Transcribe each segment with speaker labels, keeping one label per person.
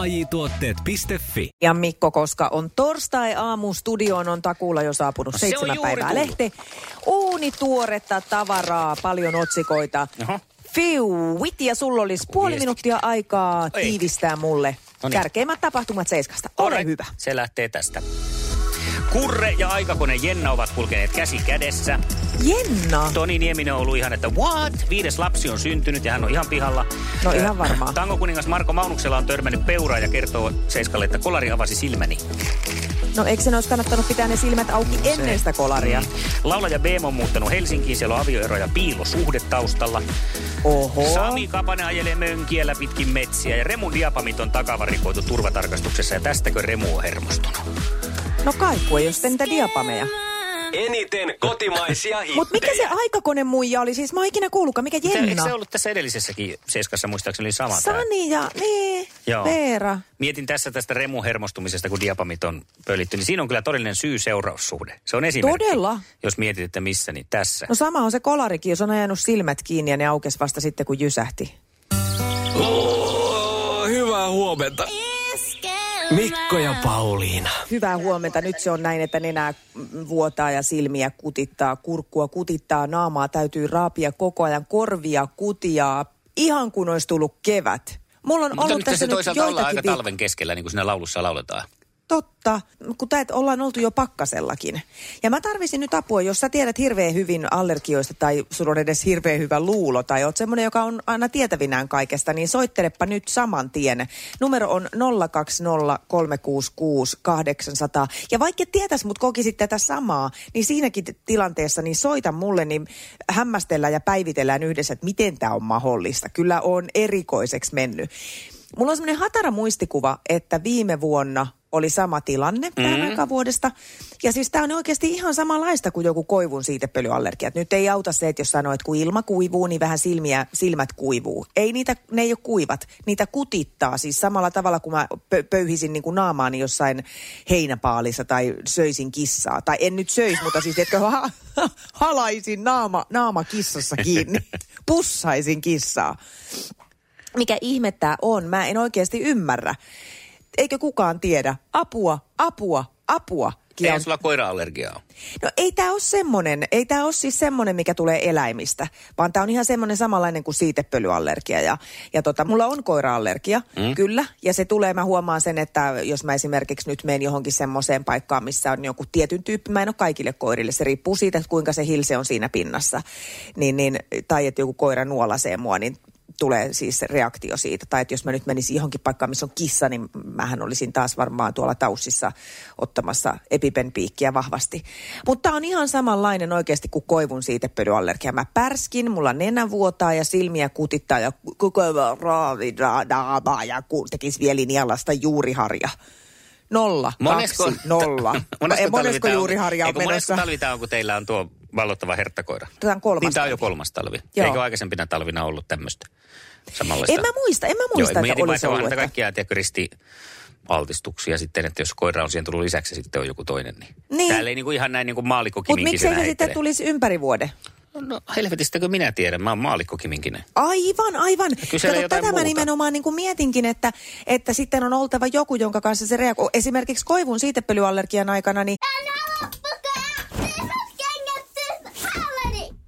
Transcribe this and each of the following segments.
Speaker 1: AJ-tuotteet.fi.
Speaker 2: ja Mikko, koska on torstai-aamu, studioon on takuulla jo saapunut
Speaker 3: Se on
Speaker 2: seitsemän
Speaker 3: juuri
Speaker 2: päivää
Speaker 3: tullut.
Speaker 2: lehti. Uunituoretta tavaraa, paljon otsikoita.
Speaker 3: Aha.
Speaker 2: Fiuit, ja sulla olisi puoli
Speaker 3: Viestit.
Speaker 2: minuuttia aikaa
Speaker 3: Ei.
Speaker 2: tiivistää mulle
Speaker 3: Noniin.
Speaker 2: tärkeimmät tapahtumat Seiskasta. Ole
Speaker 3: Alright,
Speaker 2: hyvä.
Speaker 3: Se lähtee tästä. Kurre ja aikakone Jenna ovat kulkeneet käsi kädessä.
Speaker 2: Jenna.
Speaker 3: Toni Nieminen on ollut ihan, että what? Viides lapsi on syntynyt ja hän on ihan pihalla.
Speaker 2: No
Speaker 3: Ö,
Speaker 2: ihan varmaan.
Speaker 3: Tangokuningas Marko Maunuksella on törmännyt peuraa ja kertoo Seiskalle, että kolari avasi silmäni.
Speaker 2: No eikö sen olisi kannattanut pitää ne silmät auki ennen sitä kolaria?
Speaker 3: Mm. Laulaja Beem on muuttanut Helsinkiin, siellä on avioero ja piilosuhde taustalla.
Speaker 2: Oho.
Speaker 3: Sami Kapanen ajelee mönkiellä pitkin metsiä ja Remun diapamit on takavarikoitu turvatarkastuksessa ja tästäkö Remu on hermostunut?
Speaker 2: No kai, kun ei ole sitten niitä diapameja.
Speaker 1: Eniten kotimaisia
Speaker 2: Mutta mikä se aikakone muija oli? Siis mä oon ikinä kuullutkaan. Mikä
Speaker 3: Se- Eikö
Speaker 2: Jenna?
Speaker 3: se ollut tässä edellisessäkin Seiskassa muistaakseni sama tää?
Speaker 2: Sani ja niin,
Speaker 3: Joo.
Speaker 2: Veera.
Speaker 3: Mietin tässä tästä remuhermostumisesta, kun diapamit on pöllitty, niin siinä on kyllä todellinen syy-seuraussuhde. Se on esimerkki.
Speaker 2: Todella.
Speaker 3: Jos mietit, että missä, niin tässä.
Speaker 2: No sama on se kolarikin, jos on ajanut silmät kiinni ja ne aukes vasta sitten, kun jysähti.
Speaker 1: Hyvää huomenta. Mikko ja Pauliina.
Speaker 2: Hyvää huomenta. Nyt se on näin, että nenää mm, vuotaa ja silmiä kutittaa, kurkkua kutittaa, naamaa täytyy raapia koko ajan, korvia kutiaa, ihan kun olisi tullut kevät. Mulla on ollut
Speaker 3: Mutta
Speaker 2: tässä
Speaker 3: Niin, se
Speaker 2: nyt
Speaker 3: toisaalta ollaan
Speaker 2: joitakin
Speaker 3: aika
Speaker 2: viik-
Speaker 3: talven keskellä, niin kuin siinä laulussa lauletaan.
Speaker 2: Totta, kun täet ollaan oltu jo pakkasellakin. Ja mä tarvisin nyt apua, jos sä tiedät hirveän hyvin allergioista tai sulla on edes hirveän hyvä luulo tai oot semmoinen, joka on aina tietävinään kaikesta, niin soittelepa nyt saman tien. Numero on 020366800. Ja vaikka et tietäis, mutta kokisit tätä samaa, niin siinäkin t- tilanteessa niin soita mulle, niin hämmästellään ja päivitellään yhdessä, että miten tämä on mahdollista. Kyllä on erikoiseksi mennyt. Mulla on semmoinen hatara muistikuva, että viime vuonna oli sama tilanne mm. tähän aikaan vuodesta. Ja siis tämä on oikeasti ihan samanlaista kuin joku koivun siitepölyallergia. Et Nyt ei auta se, että jos sanoo, että kun ilma kuivuu, niin vähän silmiä, silmät kuivuu. Ei niitä, ne ei ole kuivat. Niitä kutittaa siis samalla tavalla kuin mä pö- pöyhisin niin kuin naamaani jossain heinäpaalissa tai söisin kissaa. Tai en nyt söisi, mutta siis etkö ha- halaisin naama, naama kissassa kiinni. Pussaisin kissaa mikä ihmettää on, mä en oikeasti ymmärrä. Eikä kukaan tiedä. Apua, apua, apua.
Speaker 3: Ei
Speaker 2: Kiel.
Speaker 3: sulla koira-allergiaa ole.
Speaker 2: No ei tämä ole semmoinen, ei tämä ole siis semmoinen, mikä tulee eläimistä, vaan tämä on ihan semmoinen samanlainen kuin siitepölyallergia. Ja, ja tota, mulla on koiraallergia, mm. kyllä, ja se tulee, mä huomaan sen, että jos mä esimerkiksi nyt menen johonkin semmoiseen paikkaan, missä on joku tietyn tyyppi, mä en ole kaikille koirille, se riippuu siitä, että kuinka se hilse on siinä pinnassa, niin, niin, tai että joku koira nuolasee mua, niin tulee siis reaktio siitä. Tai että jos mä nyt menisin johonkin paikkaan, missä on kissa, niin mähän olisin taas varmaan tuolla taussissa ottamassa epipen piikkiä vahvasti. Mutta on ihan samanlainen oikeasti kuin koivun siitepölyallergia. Mä pärskin, mulla nenä vuotaa ja silmiä kutittaa ja koko ajan raavi- ra- naama ja ku- tekis vielä jalasta juuriharja. Nolla, monesko, kaksi, nolla. No, ei,
Speaker 3: talvi
Speaker 2: monesko
Speaker 3: tää on-
Speaker 2: juuriharja on
Speaker 3: eikö monesko
Speaker 2: menossa?
Speaker 3: talvi tämä on, kun teillä on tuo vallottava herttakoira?
Speaker 2: Tää on kolmas
Speaker 3: Niin tämä on jo
Speaker 2: talvi.
Speaker 3: kolmas talvi.
Speaker 2: Joo.
Speaker 3: Eikö aikaisempina talvina ollut tämmöistä samanlaista?
Speaker 2: En mä muista, en mä
Speaker 3: Joo,
Speaker 2: muista,
Speaker 3: mietin
Speaker 2: että
Speaker 3: vaan,
Speaker 2: olisi
Speaker 3: on
Speaker 2: ollut.
Speaker 3: näitä
Speaker 2: että-
Speaker 3: kaikkia tiedätkö, ristialtistuksia sitten, että jos koira on siihen tullut lisäksi, sitten on joku toinen. Niin.
Speaker 2: Niin.
Speaker 3: Täällä ei niinku ihan näin niinku
Speaker 2: Mutta miksei
Speaker 3: maalikkokiminkisenä
Speaker 2: se sitten
Speaker 3: heittele.
Speaker 2: tulisi ympäri vuoden?
Speaker 3: No helvetistäkö minä tiedän, mä oon maalikkokiminkinen.
Speaker 2: Aivan, aivan.
Speaker 3: kysele
Speaker 2: Kato,
Speaker 3: jotain
Speaker 2: tätä mä
Speaker 3: muuta.
Speaker 2: nimenomaan niin kuin mietinkin, että, että sitten on oltava joku, jonka kanssa se reagoi. Esimerkiksi koivun siitepölyallergian aikana, niin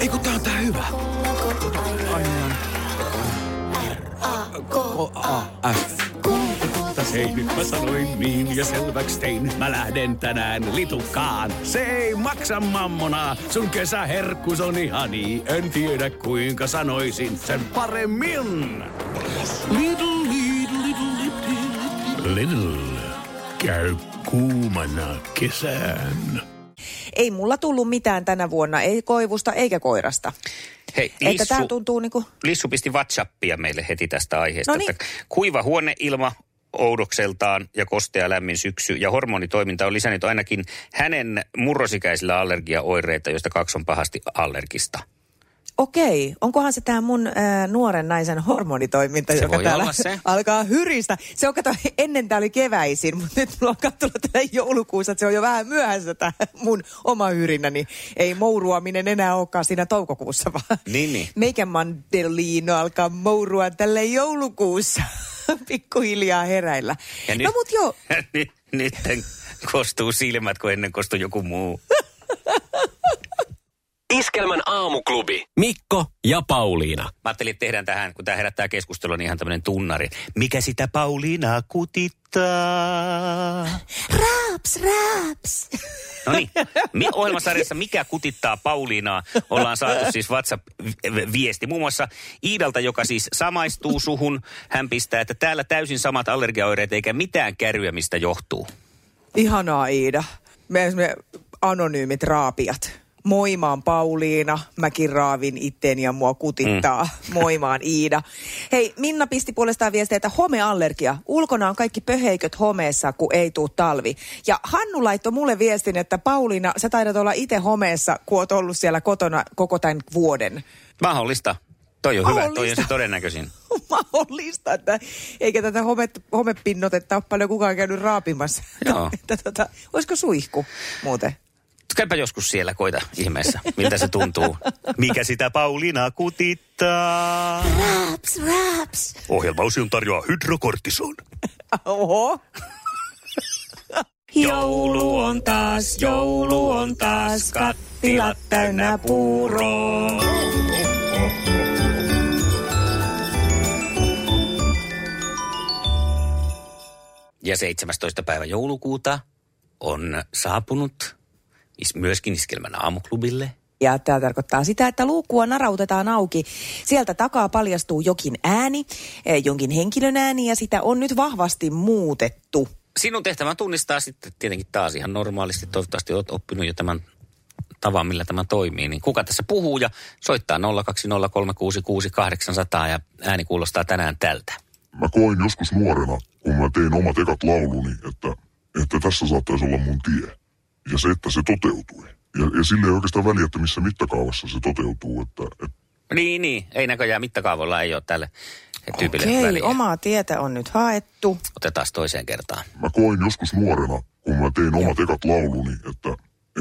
Speaker 4: Ei kun tää on tää hyvä. Aina. A, K, A, F. Hei, nyt mä sanoin niin ja selväks tein. Mä lähden tänään litukaan. Se ei maksa mammona. Sun kesäherkkus on ihani. En tiedä kuinka sanoisin sen paremmin. Little, little, little, little. Little. Käy kuumana kesään.
Speaker 2: Ei mulla tullut mitään tänä vuonna, ei koivusta eikä koirasta.
Speaker 3: Hei,
Speaker 2: Että
Speaker 3: Lissu,
Speaker 2: tää tuntuu niinku...
Speaker 3: Lissu pisti WhatsAppia meille heti tästä aiheesta.
Speaker 2: Noniin.
Speaker 3: Että kuiva huoneilma oudokseltaan ja kostea lämmin syksy ja hormonitoiminta on lisännyt ainakin hänen murrosikäisillä allergiaoireita, joista kaksi on pahasti allergista.
Speaker 2: Okei, onkohan se tämä mun äh, nuoren naisen hormonitoiminta,
Speaker 3: Se
Speaker 2: joka
Speaker 3: voi
Speaker 2: täällä
Speaker 3: olla se.
Speaker 2: alkaa hyristä. Se on, kato, ennen tää oli keväisin, mutta nyt mulla on kattunut tällä joulukuussa, että se on jo vähän myöhässä tämä mun oma hyrinä, niin ei mouruaminen enää olekaan siinä toukokuussa, vaan
Speaker 3: Niin, niin.
Speaker 2: meikä mandeliino alkaa mourua tälle joulukuussa pikkuhiljaa heräillä.
Speaker 3: Ja
Speaker 2: no mut joo,
Speaker 3: nyt, nyt kostuu silmät, kun ennen kostui joku muu.
Speaker 1: Iskelmän aamuklubi. Mikko ja Pauliina.
Speaker 3: Mä ajattelin, että tehdään tähän, kun tämä herättää keskustelua, niin ihan tämmöinen tunnari. Mikä sitä Pauliina kutittaa?
Speaker 2: raps, raps.
Speaker 3: No niin, Mi- ohjelmasarjassa Mikä kutittaa Pauliinaa ollaan saatu siis WhatsApp-viesti. Muun muassa Iidalta, joka siis samaistuu suhun, hän pistää, että täällä täysin samat allergiaoireet eikä mitään kärryä, mistä johtuu.
Speaker 2: Ihanaa Iida. Me, me anonyymit raapiat. Moi, mä oon Pauliina. Mäkin raavin itteni ja mua kutittaa. Mm. Moi, mä oon Iida. Hei, Minna pisti puolestaan viestiä, että homeallergia. Ulkona on kaikki pöheiköt homeessa, kun ei tuu talvi. Ja Hannu laittoi mulle viestin, että Pauliina, sä taidat olla itse homeessa, kun oot ollut siellä kotona koko tämän vuoden.
Speaker 3: Mahdollista. Toi on hyvä, toi on
Speaker 2: Mahdollista.
Speaker 3: se todennäköisin.
Speaker 2: mahdollista, että eikä tätä home, homepinnotetta ole paljon kukaan käynyt raapimassa.
Speaker 3: Joo.
Speaker 2: Että, tota, olisiko suihku muuten?
Speaker 3: Käypä joskus siellä, koita ihmeessä, miltä se tuntuu. Mikä sitä Pauliina kutittaa?
Speaker 2: Raps, raps.
Speaker 3: Ohjelmaosion tarjoaa hydrokortison.
Speaker 2: Oho.
Speaker 3: Joulu on taas, joulu on taas, kattilat täynnä puuroa. Ja 17. päivä joulukuuta on saapunut is- myöskin iskelmän aamuklubille.
Speaker 2: Ja tämä tarkoittaa sitä, että luukkua narautetaan auki. Sieltä takaa paljastuu jokin ääni, eh, jonkin henkilön ääni, ja sitä on nyt vahvasti muutettu.
Speaker 3: Sinun tehtävä on tunnistaa sitten tietenkin taas ihan normaalisti. Toivottavasti olet oppinut jo tämän tavan, millä tämä toimii. Niin kuka tässä puhuu ja soittaa 020366800 ja ääni kuulostaa tänään tältä.
Speaker 5: mä koin joskus nuorena, kun mä tein omat ekat lauluni, että, että tässä saattaisi olla mun tie. Ja se, että se toteutui. Ja, ja sille ei oikeastaan väliä, että missä mittakaavassa se toteutuu. Että, että
Speaker 3: Niin, niin. Ei näköjään mittakaavoilla ei ole tälle tyypille
Speaker 2: Okei,
Speaker 3: väliä.
Speaker 2: omaa tietä on nyt haettu.
Speaker 3: Otetaan toiseen kertaan.
Speaker 5: mä koin joskus nuorena, kun mä tein omat ekat lauluni, että,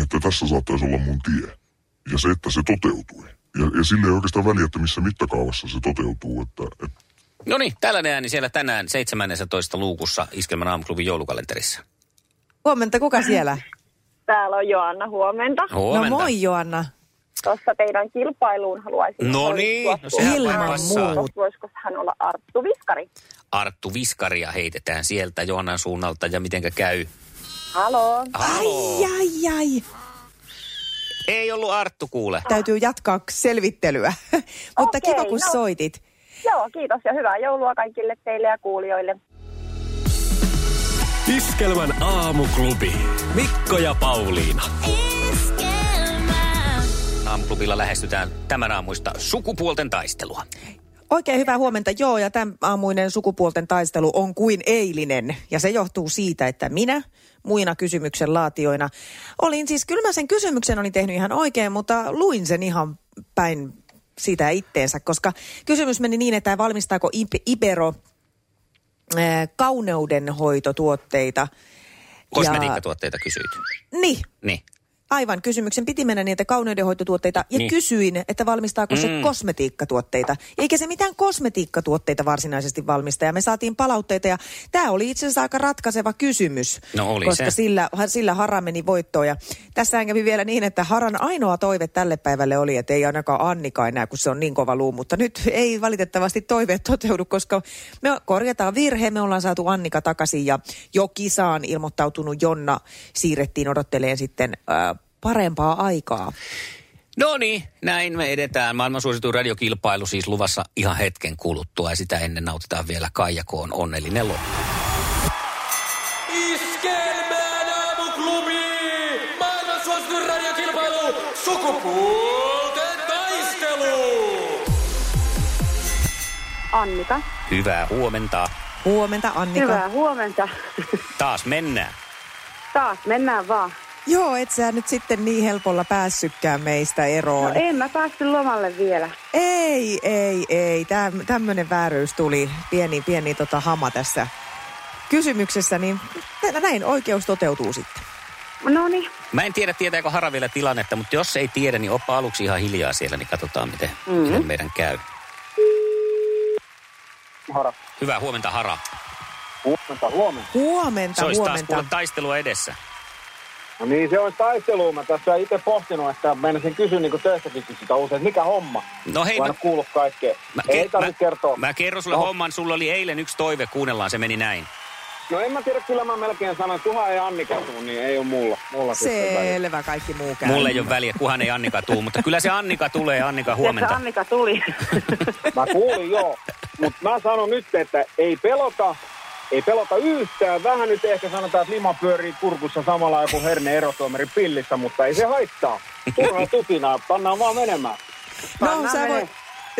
Speaker 5: että tässä saattaisi olla mun tie. Ja se, että se toteutui. Ja, ja sille ei oikeastaan väliä, että missä mittakaavassa se toteutuu. Että, että
Speaker 3: No niin, tällainen ääni siellä tänään 17. luukussa Iskelmän aamuklubin joulukalenterissa.
Speaker 2: Huomenta, kuka siellä?
Speaker 6: Täällä on Joanna, huomenta.
Speaker 3: Huomenta.
Speaker 2: No moi Joanna.
Speaker 6: Tuossa teidän kilpailuun haluaisin
Speaker 3: No
Speaker 6: osallistua.
Speaker 3: niin, no sehän
Speaker 2: Ilman passaa. muuta.
Speaker 6: Voisiko hän olla Arttu Viskari?
Speaker 3: Arttu Viskaria heitetään sieltä Johannan suunnalta ja mitenkä käy.
Speaker 6: Halo.
Speaker 3: Haloo.
Speaker 2: Ai, ai, ai.
Speaker 3: Ei ollut Arttu kuule.
Speaker 2: Täytyy jatkaa selvittelyä. Mutta
Speaker 6: Okei,
Speaker 2: kiva, kun
Speaker 6: no.
Speaker 2: soitit.
Speaker 6: Joo, kiitos ja hyvää joulua kaikille teille ja kuulijoille.
Speaker 1: Iskelmän aamuklubi. Mikko ja Pauliina.
Speaker 3: Aamuklubilla lähestytään tämän aamuista sukupuolten taistelua.
Speaker 2: Oikein hyvää huomenta. Joo, ja tämän aamuinen sukupuolten taistelu on kuin eilinen. Ja se johtuu siitä, että minä muina kysymyksen laatioina olin siis, kyllä mä sen kysymyksen olin tehnyt ihan oikein, mutta luin sen ihan päin sitä itteensä, koska kysymys meni niin, että valmistaako Ib- Ibero ää, kauneudenhoitotuotteita.
Speaker 3: Kosmetiikkatuotteita kysyit.
Speaker 2: Ja, niin,
Speaker 3: Niin.
Speaker 2: Aivan, kysymyksen piti mennä niitä kauneudenhoitotuotteita ja
Speaker 3: Niin.
Speaker 2: niin. kysyin, että valmistaako mm. se
Speaker 3: Mm.
Speaker 2: kosmetiikkatuotteita. Eikä se mitään kosmetiikkatuotteita varsinaisesti valmista ja me saatiin palautteita ja tämä oli itse asiassa aika ratkaiseva kysymys.
Speaker 3: No oli
Speaker 2: koska
Speaker 3: se.
Speaker 2: Sillä, sillä Hara meni voittoon ja tässä kävi vielä niin, että Haran ainoa toive tälle päivälle oli, että ei ainakaan Annika enää, kun se on niin kova luu, mutta nyt ei valitettavasti toiveet toteudu, koska me korjataan virhe, me ollaan saatu Annika takaisin ja jo kisaan ilmoittautunut Jonna siirrettiin odotteleen sitten äh, parempaa aikaa.
Speaker 3: No niin, näin me edetään. Maailman suosituin radiokilpailu siis luvassa ihan hetken kuluttua ja sitä ennen nautitaan vielä Kaija Koon onnellinen loppu.
Speaker 7: Iskelmään aamuklubi! Maailman suosituin radiokilpailu! Sukupuolten taistelu!
Speaker 6: Annika,
Speaker 3: Hyvää huomenta.
Speaker 2: Huomenta Annika.
Speaker 6: hyvää huomenta.
Speaker 3: Taas mennään.
Speaker 6: Taas mennään vaan.
Speaker 2: Joo, et sä nyt sitten niin helpolla päässytkään meistä eroon.
Speaker 6: No en mä päästy lomalle vielä.
Speaker 2: Ei, ei, ei. Täm, tämmöinen vääryys tuli. Pieni, pieni tota, hama tässä kysymyksessä, niin nä- näin oikeus toteutuu sitten.
Speaker 6: No niin.
Speaker 3: Mä en tiedä, tietääkö Hara vielä tilannetta, mutta jos ei tiedä, niin oppa aluksi ihan hiljaa siellä, niin katsotaan, miten, mm-hmm. miten meidän käy. Hara. Hyvää huomenta, Hara.
Speaker 8: Huomenta, huomenta.
Speaker 2: Huomenta,
Speaker 3: Se olisi taas
Speaker 2: huomenta.
Speaker 3: kuule taistelua edessä.
Speaker 8: No niin, se on taistelu. Mä tässä itse pohtinut, että meinasin kysyä niin kuin töissäkin kun sitä usein, että mikä homma?
Speaker 3: No hei,
Speaker 8: mä...
Speaker 3: mä,
Speaker 8: en ole kuullut kaikkea.
Speaker 3: mä,
Speaker 8: Ei
Speaker 3: ke-
Speaker 8: tarvitse kertoa.
Speaker 3: mä kerron sulle no.
Speaker 8: No.
Speaker 3: homman. Sulla oli eilen yksi toive, kuunnellaan, se meni näin.
Speaker 8: No en mä tiedä, kyllä mä melkein sanoin, että tuhan ei Annika tuu, niin ei ole mulla. mulla siis Se...
Speaker 2: Selvä, kaikki muu käy.
Speaker 3: Mulle ei ole väliä, kunhan ei Annika tuu, mutta kyllä se Annika tulee. Annika,
Speaker 6: Tässä
Speaker 3: huomenta.
Speaker 6: Annika tuli.
Speaker 8: Mä kuulin joo, mutta mä sanon nyt, että ei pelota, ei pelota yhtään. Vähän nyt ehkä sanotaan, että lima pyörii kurkussa samalla joku herne erotuomari pillissä, mutta ei se haittaa. Turhaa tutinaa, pannaan vaan menemään.
Speaker 2: No,
Speaker 6: Anna
Speaker 2: sä
Speaker 6: mene.
Speaker 2: voi,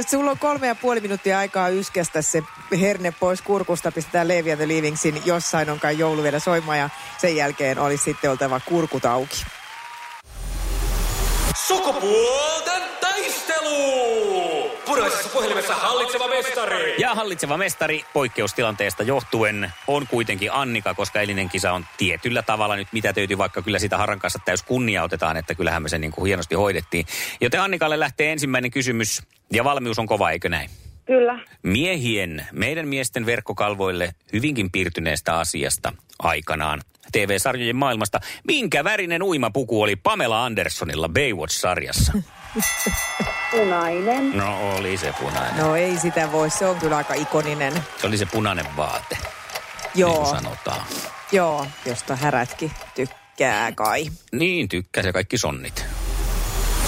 Speaker 2: sulla on kolme ja puoli minuuttia aikaa yskästä se herne pois kurkusta, pistetään Levi and the Leavingsin jossain onkaan joulu vielä soimaan ja sen jälkeen olisi sitten oltava kurkut auki.
Speaker 7: Sukupuolten taistelu! Puraisessa puhelimessa hallitseva mestari!
Speaker 3: Ja hallitseva mestari poikkeustilanteesta johtuen on kuitenkin Annika, koska eilinen kisa on tietyllä tavalla nyt mitä täytyy, vaikka kyllä sitä Harran kanssa täys kunnia otetaan, että kyllähän me se niin kuin hienosti hoidettiin. Joten Annikalle lähtee ensimmäinen kysymys, ja valmius on kova, eikö näin?
Speaker 6: Kyllä.
Speaker 3: Miehien, meidän miesten verkkokalvoille hyvinkin piirtyneestä asiasta aikanaan TV-sarjojen maailmasta. Minkä värinen uimapuku oli Pamela Anderssonilla Baywatch-sarjassa?
Speaker 6: Punainen.
Speaker 3: No oli se punainen.
Speaker 2: No ei sitä voi, se on kyllä aika ikoninen.
Speaker 3: Se oli se punainen vaate, Joo. niin
Speaker 2: Joo.
Speaker 3: kuin sanotaan.
Speaker 2: Joo, josta härätkin tykkää kai.
Speaker 3: Niin, tykkää se kaikki sonnit.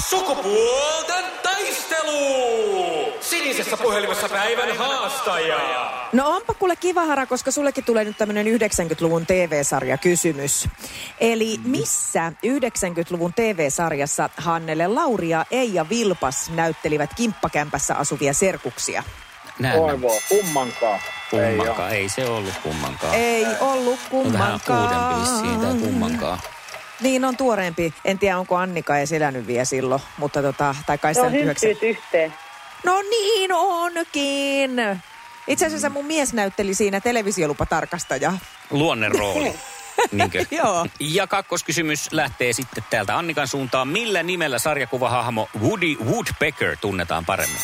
Speaker 7: Sukupuolten taistelu! Sinisessä puhelimessa päivän haastaja!
Speaker 2: No onpa kuule kiva Hara, koska sullekin tulee nyt tämmöinen 90-luvun TV-sarja kysymys. Eli
Speaker 3: Mm-hmm.
Speaker 2: missä 90-luvun TV-sarjassa Hannele Lauri ja Eija Vilpas näyttelivät kimppakämpässä asuvia serkuksia?
Speaker 3: Näin mä-
Speaker 8: Toivoa, kummankaan. Ei oo.
Speaker 3: kummankaan. Ei, se ollut kummankaan.
Speaker 2: Ei ollut
Speaker 3: On vähän
Speaker 2: kummankaan.
Speaker 3: uudempi vissiin tämä kummankaan.
Speaker 2: Niin on tuoreempi. En tiedä, onko Annika ja elänyt vielä silloin, mutta tota, tai kai
Speaker 6: Se
Speaker 2: sitä
Speaker 6: on
Speaker 2: nyt yhdeksän...
Speaker 6: hyppyyt yhteen.
Speaker 2: No niin onkin. Itse asiassa mun mies näytteli siinä televisiolupatarkastajaa.
Speaker 3: Luonnen rooli. Niinkö?
Speaker 2: Joo.
Speaker 3: Ja kakkoskysymys lähtee sitten täältä Annikan suuntaan. Millä nimellä sarjakuvahahmo Woody Woodpecker tunnetaan paremmin?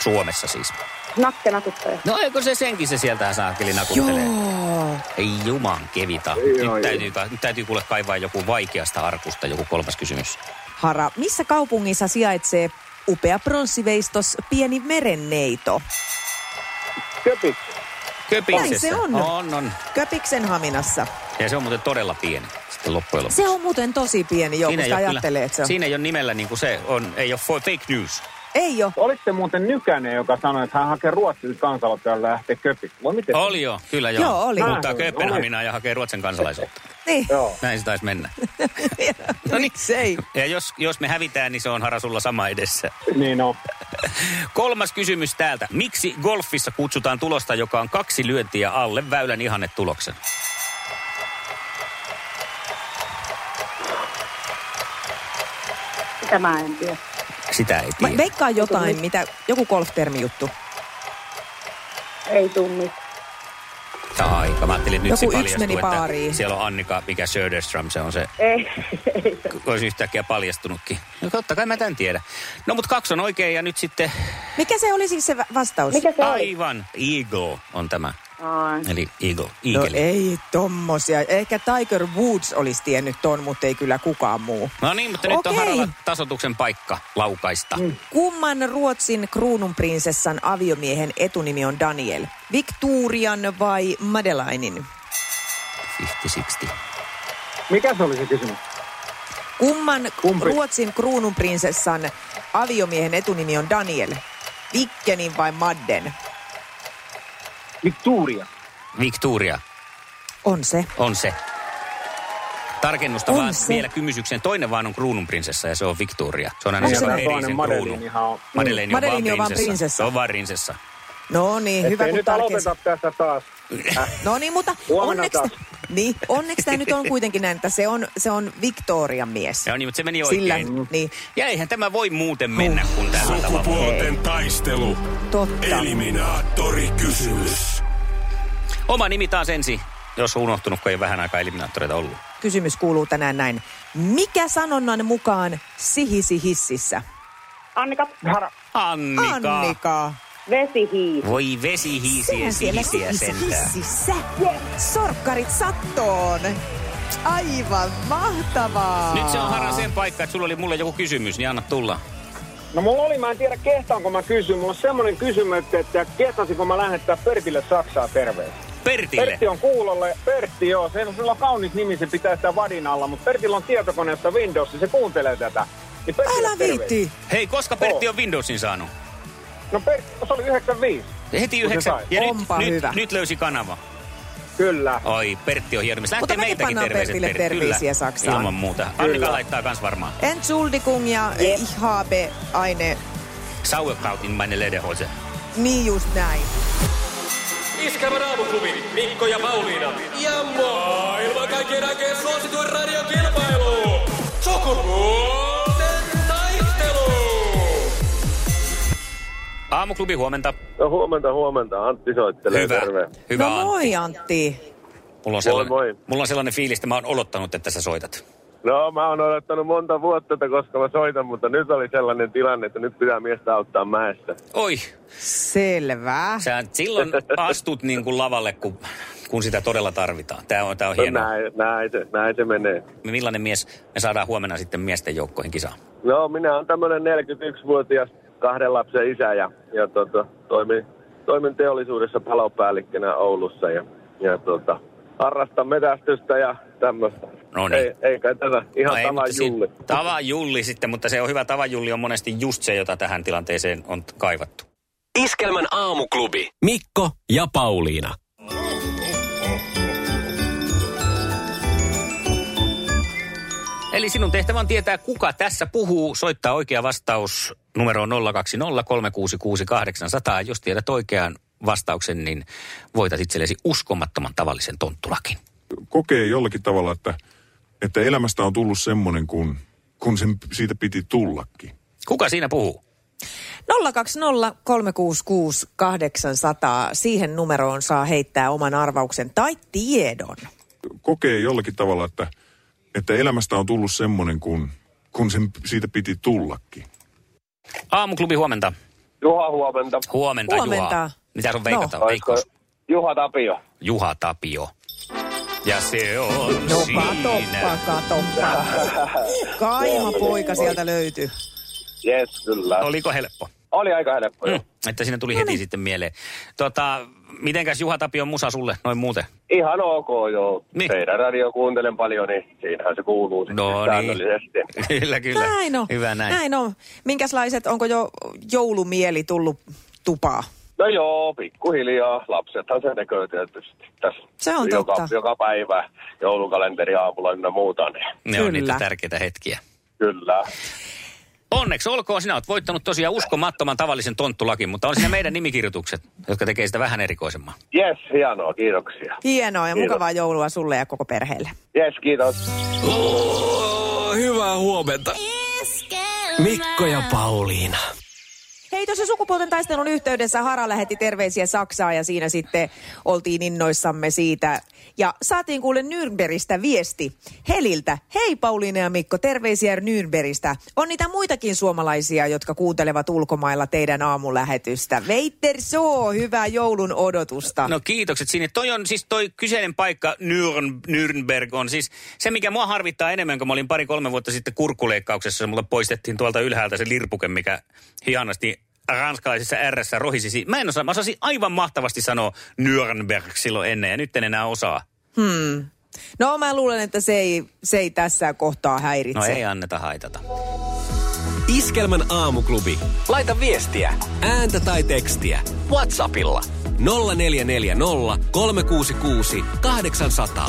Speaker 3: Suomessa siis.
Speaker 6: Nakke nakuttaja.
Speaker 3: No eikö se senkin se sieltä saakeli nakuttelee?
Speaker 2: Joo.
Speaker 3: Ei juman kevita.
Speaker 8: Joo,
Speaker 3: nyt, täytyy, ka- nyt täytyy kuule kaivaa joku vaikeasta arkusta, joku kolmas kysymys.
Speaker 2: Hara, missä kaupungissa sijaitsee upea pronssiveistos Pieni merenneito?
Speaker 8: Köpik.
Speaker 3: Köpiksessä.
Speaker 2: Näin se on.
Speaker 3: On, on.
Speaker 2: Köpiksen haminassa.
Speaker 3: Ja se on muuten todella pieni sitten loppujen lopuksi.
Speaker 2: Se on muuten tosi pieni jo, koska
Speaker 3: ei ole
Speaker 2: ajattelee,
Speaker 3: kyllä-
Speaker 2: että se on.
Speaker 3: Siinä ei ole nimellä niin kuin se on, ei ole for fake news.
Speaker 2: Ei ole.
Speaker 8: Oliko se muuten Nykänen, joka sanoi, että hän hakee ruotsin kansalaisuutta ja lähtee köpik? Voi miten?
Speaker 3: Oli jo, kyllä joo.
Speaker 2: Joo, oli.
Speaker 3: Muuttaa
Speaker 6: Ah.
Speaker 8: Oli.
Speaker 3: Kööpenhaminaan ja hakee Ruotsin kansalaisuutta.
Speaker 2: Niin.
Speaker 8: Joo.
Speaker 3: Näin se taisi mennä.
Speaker 2: no Miksei?
Speaker 3: Ja jos, jos me hävitään, niin se on Hara sulla sama edessä.
Speaker 8: Niin on.
Speaker 3: Kolmas kysymys täältä. Miksi golfissa kutsutaan tulosta, joka on kaksi lyöntiä alle väylän ihannetuloksen?
Speaker 6: Sitä mä en tiedä.
Speaker 3: Sitä ei
Speaker 2: Mä
Speaker 3: tiedä.
Speaker 2: veikkaan jotain, mitä, joku golftermi juttu.
Speaker 6: Ei tuu mitään.
Speaker 3: Jaa, aika. Mä ajattelin, että nyt
Speaker 2: Joku yksi
Speaker 3: se paljastuu,
Speaker 2: meni
Speaker 3: että
Speaker 2: baariin.
Speaker 3: siellä on Annika, mikä Söderström se on se.
Speaker 6: Ei, ei.
Speaker 3: Olisi yhtäkkiä paljastunutkin. No totta kai mä tämän tiedän. No mutta kaksi on oikein ja nyt sitten
Speaker 2: Mikä se oli siis se va- vastaus?
Speaker 6: Mikä se oli?
Speaker 3: aivan Eagle on tämä.
Speaker 6: Ai.
Speaker 3: Eli Eagle,
Speaker 2: No
Speaker 3: Eagle.
Speaker 2: ei tommosia. Ehkä Tiger Woods olisi tiennyt ton, mutta ei kyllä kukaan muu.
Speaker 3: No niin, mutta nyt
Speaker 2: Okei.
Speaker 3: on
Speaker 2: Mm.
Speaker 3: haralla tasotuksen paikka laukaista.
Speaker 2: Kumman Ruotsin kruununprinsessan aviomiehen etunimi on Daniel? Victorian vai Madelainin?
Speaker 3: 50-60.
Speaker 8: Mikä se oli se kysymys?
Speaker 2: Kumman
Speaker 8: Kumpi?
Speaker 2: Ruotsin kruununprinsessan aviomiehen etunimi on Daniel? Vikkenin vai Madden?
Speaker 8: Victoria.
Speaker 3: Victoria
Speaker 2: On se.
Speaker 3: on se. Tarkennusta
Speaker 2: On
Speaker 3: vaan
Speaker 2: se.
Speaker 3: vielä kymysyksen. Toinen vaan on kruununprinsessa ja se on Victoria. Se on aina
Speaker 2: Onko
Speaker 3: se
Speaker 2: se
Speaker 3: on
Speaker 2: näin?
Speaker 3: eri sen
Speaker 8: Toinen Madeleine
Speaker 3: kruunu.
Speaker 8: ihan on.
Speaker 3: Madeleine on,
Speaker 2: Madeleine
Speaker 3: vaan prinsessa. Se on vaan prinsessa.
Speaker 2: No niin, hyvä
Speaker 8: Ettei
Speaker 2: kun
Speaker 8: nyt
Speaker 2: tarkensi.
Speaker 8: aloiteta tästä taas. Äh,
Speaker 2: No niin, mutta
Speaker 8: Huomenna
Speaker 2: onneksi,
Speaker 8: taas.
Speaker 2: niin, onneksi tämä nyt on kuitenkin näin, että se on, se on Victorian mies.
Speaker 3: Ja niin, mutta se meni
Speaker 2: Sillä,
Speaker 3: oikein.
Speaker 2: niin,
Speaker 3: Ja eihän tämä voi muuten mennä kuin tällä tavalla.
Speaker 7: Sukupuolten taistelu.
Speaker 2: totta.
Speaker 7: Eliminaattori kysymys.
Speaker 3: Oma nimi taas ensin, jos on unohtunut, kun ei ole vähän aikaa eliminaattoreita ollut.
Speaker 2: Kysymys kuuluu tänään näin. Mikä sanonnan mukaan sihisi hississä?
Speaker 6: Annika,
Speaker 8: Hara.
Speaker 3: Annika.
Speaker 2: Annika.
Speaker 6: vesihiisi.
Speaker 3: Voi vesihiisiä
Speaker 2: Sehän siellä
Speaker 3: sihisiä
Speaker 2: sihisi
Speaker 3: sentään.
Speaker 2: hississä. Sorkkarit sattoon. Aivan mahtavaa.
Speaker 3: Nyt se on Hara sen paikka, että sulla oli mulle joku kysymys, niin anna tulla.
Speaker 8: No mulla oli, mä en tiedä kehtaanko mä kysyn. Mulla on semmonen kysymys, että kehtasinko mä lähettää Pertille Saksaa terveys.
Speaker 3: Pertille.
Speaker 8: Pertti on kuulolle. Pertti, joo. Se, sillä on kaunis nimi, se pitää sitä vadin alla. Mutta Pertillä on tietokoneessa Windows ja se kuuntelee tätä. Niin Pertille
Speaker 2: Älä
Speaker 8: terveys.
Speaker 2: viitti.
Speaker 3: Hei, koska Pertti
Speaker 9: Oh.
Speaker 3: on Windowsin saanut?
Speaker 8: No Pertti, se oli 95.
Speaker 3: Heti
Speaker 8: Kun se
Speaker 3: yhdeksän.
Speaker 8: sai.
Speaker 3: Ja nyt,
Speaker 2: Onpa
Speaker 3: nyt,
Speaker 2: hyvä.
Speaker 3: nyt löysi kanava.
Speaker 8: Kyllä.
Speaker 3: Oi, Pertti on hieno mies. Lähtee
Speaker 2: Mutta mekin
Speaker 3: meiltäkin
Speaker 2: pannaan
Speaker 3: terveiset
Speaker 2: Pertille
Speaker 3: Pertti.
Speaker 2: terveisiä
Speaker 3: Kyllä,
Speaker 2: Saksaan.
Speaker 3: Ilman muuta. Annika
Speaker 8: Kyllä.
Speaker 3: laittaa kans varmaan.
Speaker 2: Entschuldigung ja
Speaker 6: Jep.
Speaker 2: ich habe eine...
Speaker 3: Sauerkrautin meine Lederhose.
Speaker 2: Niin just näin.
Speaker 7: Iskävä raamuklubi, Mikko ja Pauliina. Ja maailman kaikkien aikeen suosituen radiokilpailu. Sukupuolten taistelu.
Speaker 3: Aamuklubi, huomenta.
Speaker 9: No huomenta, huomenta. Antti soittelee,
Speaker 3: Hyvä.
Speaker 9: terve.
Speaker 3: Hyvä,
Speaker 2: no
Speaker 3: Antti.
Speaker 2: moi Antti.
Speaker 3: Mulla on, sellainen,
Speaker 9: moi.
Speaker 3: mulla on sellainen fiilis, että mä oon olottanut, että sä soitat.
Speaker 9: No mä oon odottanut monta vuotta, että koska mä soitan, mutta nyt oli sellainen tilanne, että nyt pitää miestä auttaa mäessä.
Speaker 3: Oi,
Speaker 2: Selvä.
Speaker 3: sä silloin astut niin kuin lavalle, kun, kun sitä todella tarvitaan. Tää on, tää on
Speaker 9: No
Speaker 3: hienoa.
Speaker 9: näin, näin, se, näin se menee.
Speaker 3: Millainen mies me saadaan huomenna sitten miesten joukkoihin kisaan?
Speaker 9: No minä oon tämmönen 41-vuotias kahden lapsen isä ja, ja tota, toimin, toimin, teollisuudessa palopäällikkönä Oulussa ja, ja tota, harrastan metästystä ja tämmöistä.
Speaker 3: No niin.
Speaker 9: ei, ei kai tätä ihan
Speaker 3: ei,
Speaker 9: no tavan
Speaker 3: mutta si-
Speaker 9: julli.
Speaker 3: Tavan julli sitten, mutta se on hyvä. Tavan julli on monesti just se, jota tähän tilanteeseen on t- kaivattu.
Speaker 7: Iskelmän aamuklubi.
Speaker 1: Mikko ja Pauliina.
Speaker 3: Eli sinun tehtävä on tietää, kuka tässä puhuu. Soittaa oikea vastaus numeroon 020366800. Jos tiedät oikean vastauksen, niin voitat itsellesi uskomattoman tavallisen tonttulakin.
Speaker 5: Kokee jollakin tavalla, että, että elämästä on tullut semmoinen, kun, kun sen, siitä piti tullakin.
Speaker 3: Kuka siinä puhuu?
Speaker 2: 020 366 800. Siihen numeroon saa heittää oman arvauksen tai tiedon.
Speaker 5: kokee jollakin tavalla, että, että elämästä on tullut semmoinen, kun, kun sen, siitä piti tullakin.
Speaker 3: Aamuklubi huomenta.
Speaker 9: Juha, huomenta.
Speaker 3: Huomenta,
Speaker 2: Huomenta.
Speaker 3: Juha. Mitä sun
Speaker 9: Olisiko
Speaker 3: veikata? No. Veikkaus.
Speaker 9: Juha Tapio.
Speaker 3: Juha Tapio. Ja se on
Speaker 2: No katoppa,
Speaker 3: siinä.
Speaker 2: katoppa. Kaima poika sieltä löytyy.
Speaker 9: Jes, kyllä.
Speaker 3: Oliko helppo?
Speaker 9: Oli aika helppo. Mm.
Speaker 3: Mm, että siinä
Speaker 2: No
Speaker 3: tuli
Speaker 2: niin.
Speaker 3: heti sitten mieleen. Tota, mitenkäs Juha Tapion musa sulle noin muuten?
Speaker 9: Ihan ok, joo.
Speaker 3: Niin.
Speaker 9: Niin. Teidän radio kuuntelen paljon, niin siinähän se kuuluu sitten
Speaker 3: No
Speaker 9: säännöllisesti.
Speaker 3: niin. kyllä, kyllä.
Speaker 2: Näin on.
Speaker 3: Hyvä näin. näin.
Speaker 2: näin on. Minkäslaiset, onko jo joulumieli tullut tupaa?
Speaker 9: No joo, pikkuhiljaa. Lapsethan se näköy tietysti tässä.
Speaker 2: Se on
Speaker 9: joka,
Speaker 2: totta.
Speaker 9: Joka päivä joulukalenteri aamulla ynnä muuta, niin
Speaker 3: Ne on
Speaker 2: Kyllä.
Speaker 3: niitä tärkeitä hetkiä.
Speaker 9: kyllä.
Speaker 3: Onneksi olkoon, sinä olet voittanut tosiaan uskomattoman tavallisen tonttulakin, mutta on siinä meidän nimikirjoitukset, jotka tekee sitä vähän erikoisemman.
Speaker 9: Jes, hienoa, kiitoksia.
Speaker 2: Hienoa ja
Speaker 9: Kiitos.
Speaker 2: mukavaa joulua sulle ja koko perheelle.
Speaker 9: Jes, kiitos.
Speaker 7: Hyvää huomenta.
Speaker 1: Mikko ja Pauliina.
Speaker 2: Hei hei tuossa sukupuolten taistelun yhteydessä Hara lähetti terveisiä Saksaan ja siinä sitten oltiin innoissamme siitä. Ja saatiin kuule Nürnbergistä viesti Heliltä. Hei Pauliina ja Mikko, terveisiä Nürnbergistä. On niitä muitakin suomalaisia, jotka kuuntelevat ulkomailla teidän aamulähetystä. Veiter soo, hyvää joulun odotusta.
Speaker 3: No kiitokset sinne. Toi on siis toi kyseinen paikka Nürn, Nürnberg on siis se, mikä mua harvittaa enemmän, kun mä olin pari-kolme vuotta sitten kurkkuleikkauksessa. Mulla poistettiin tuolta ylhäältä se lirpuke, mikä hihanasti ranskalaisessa R-ssä rohisisi. Mä en osaa, mä osasin aivan mahtavasti sanoa Nürnberg silloin ennen ja nyt en enää osaa.
Speaker 2: No mä luulen, että se ei, se ei tässä kohtaa häiritse.
Speaker 3: No ei anneta haitata.
Speaker 1: Iskelmän aamuklubi. Laita viestiä, ääntä tai tekstiä WhatsAppilla 0440 366 800.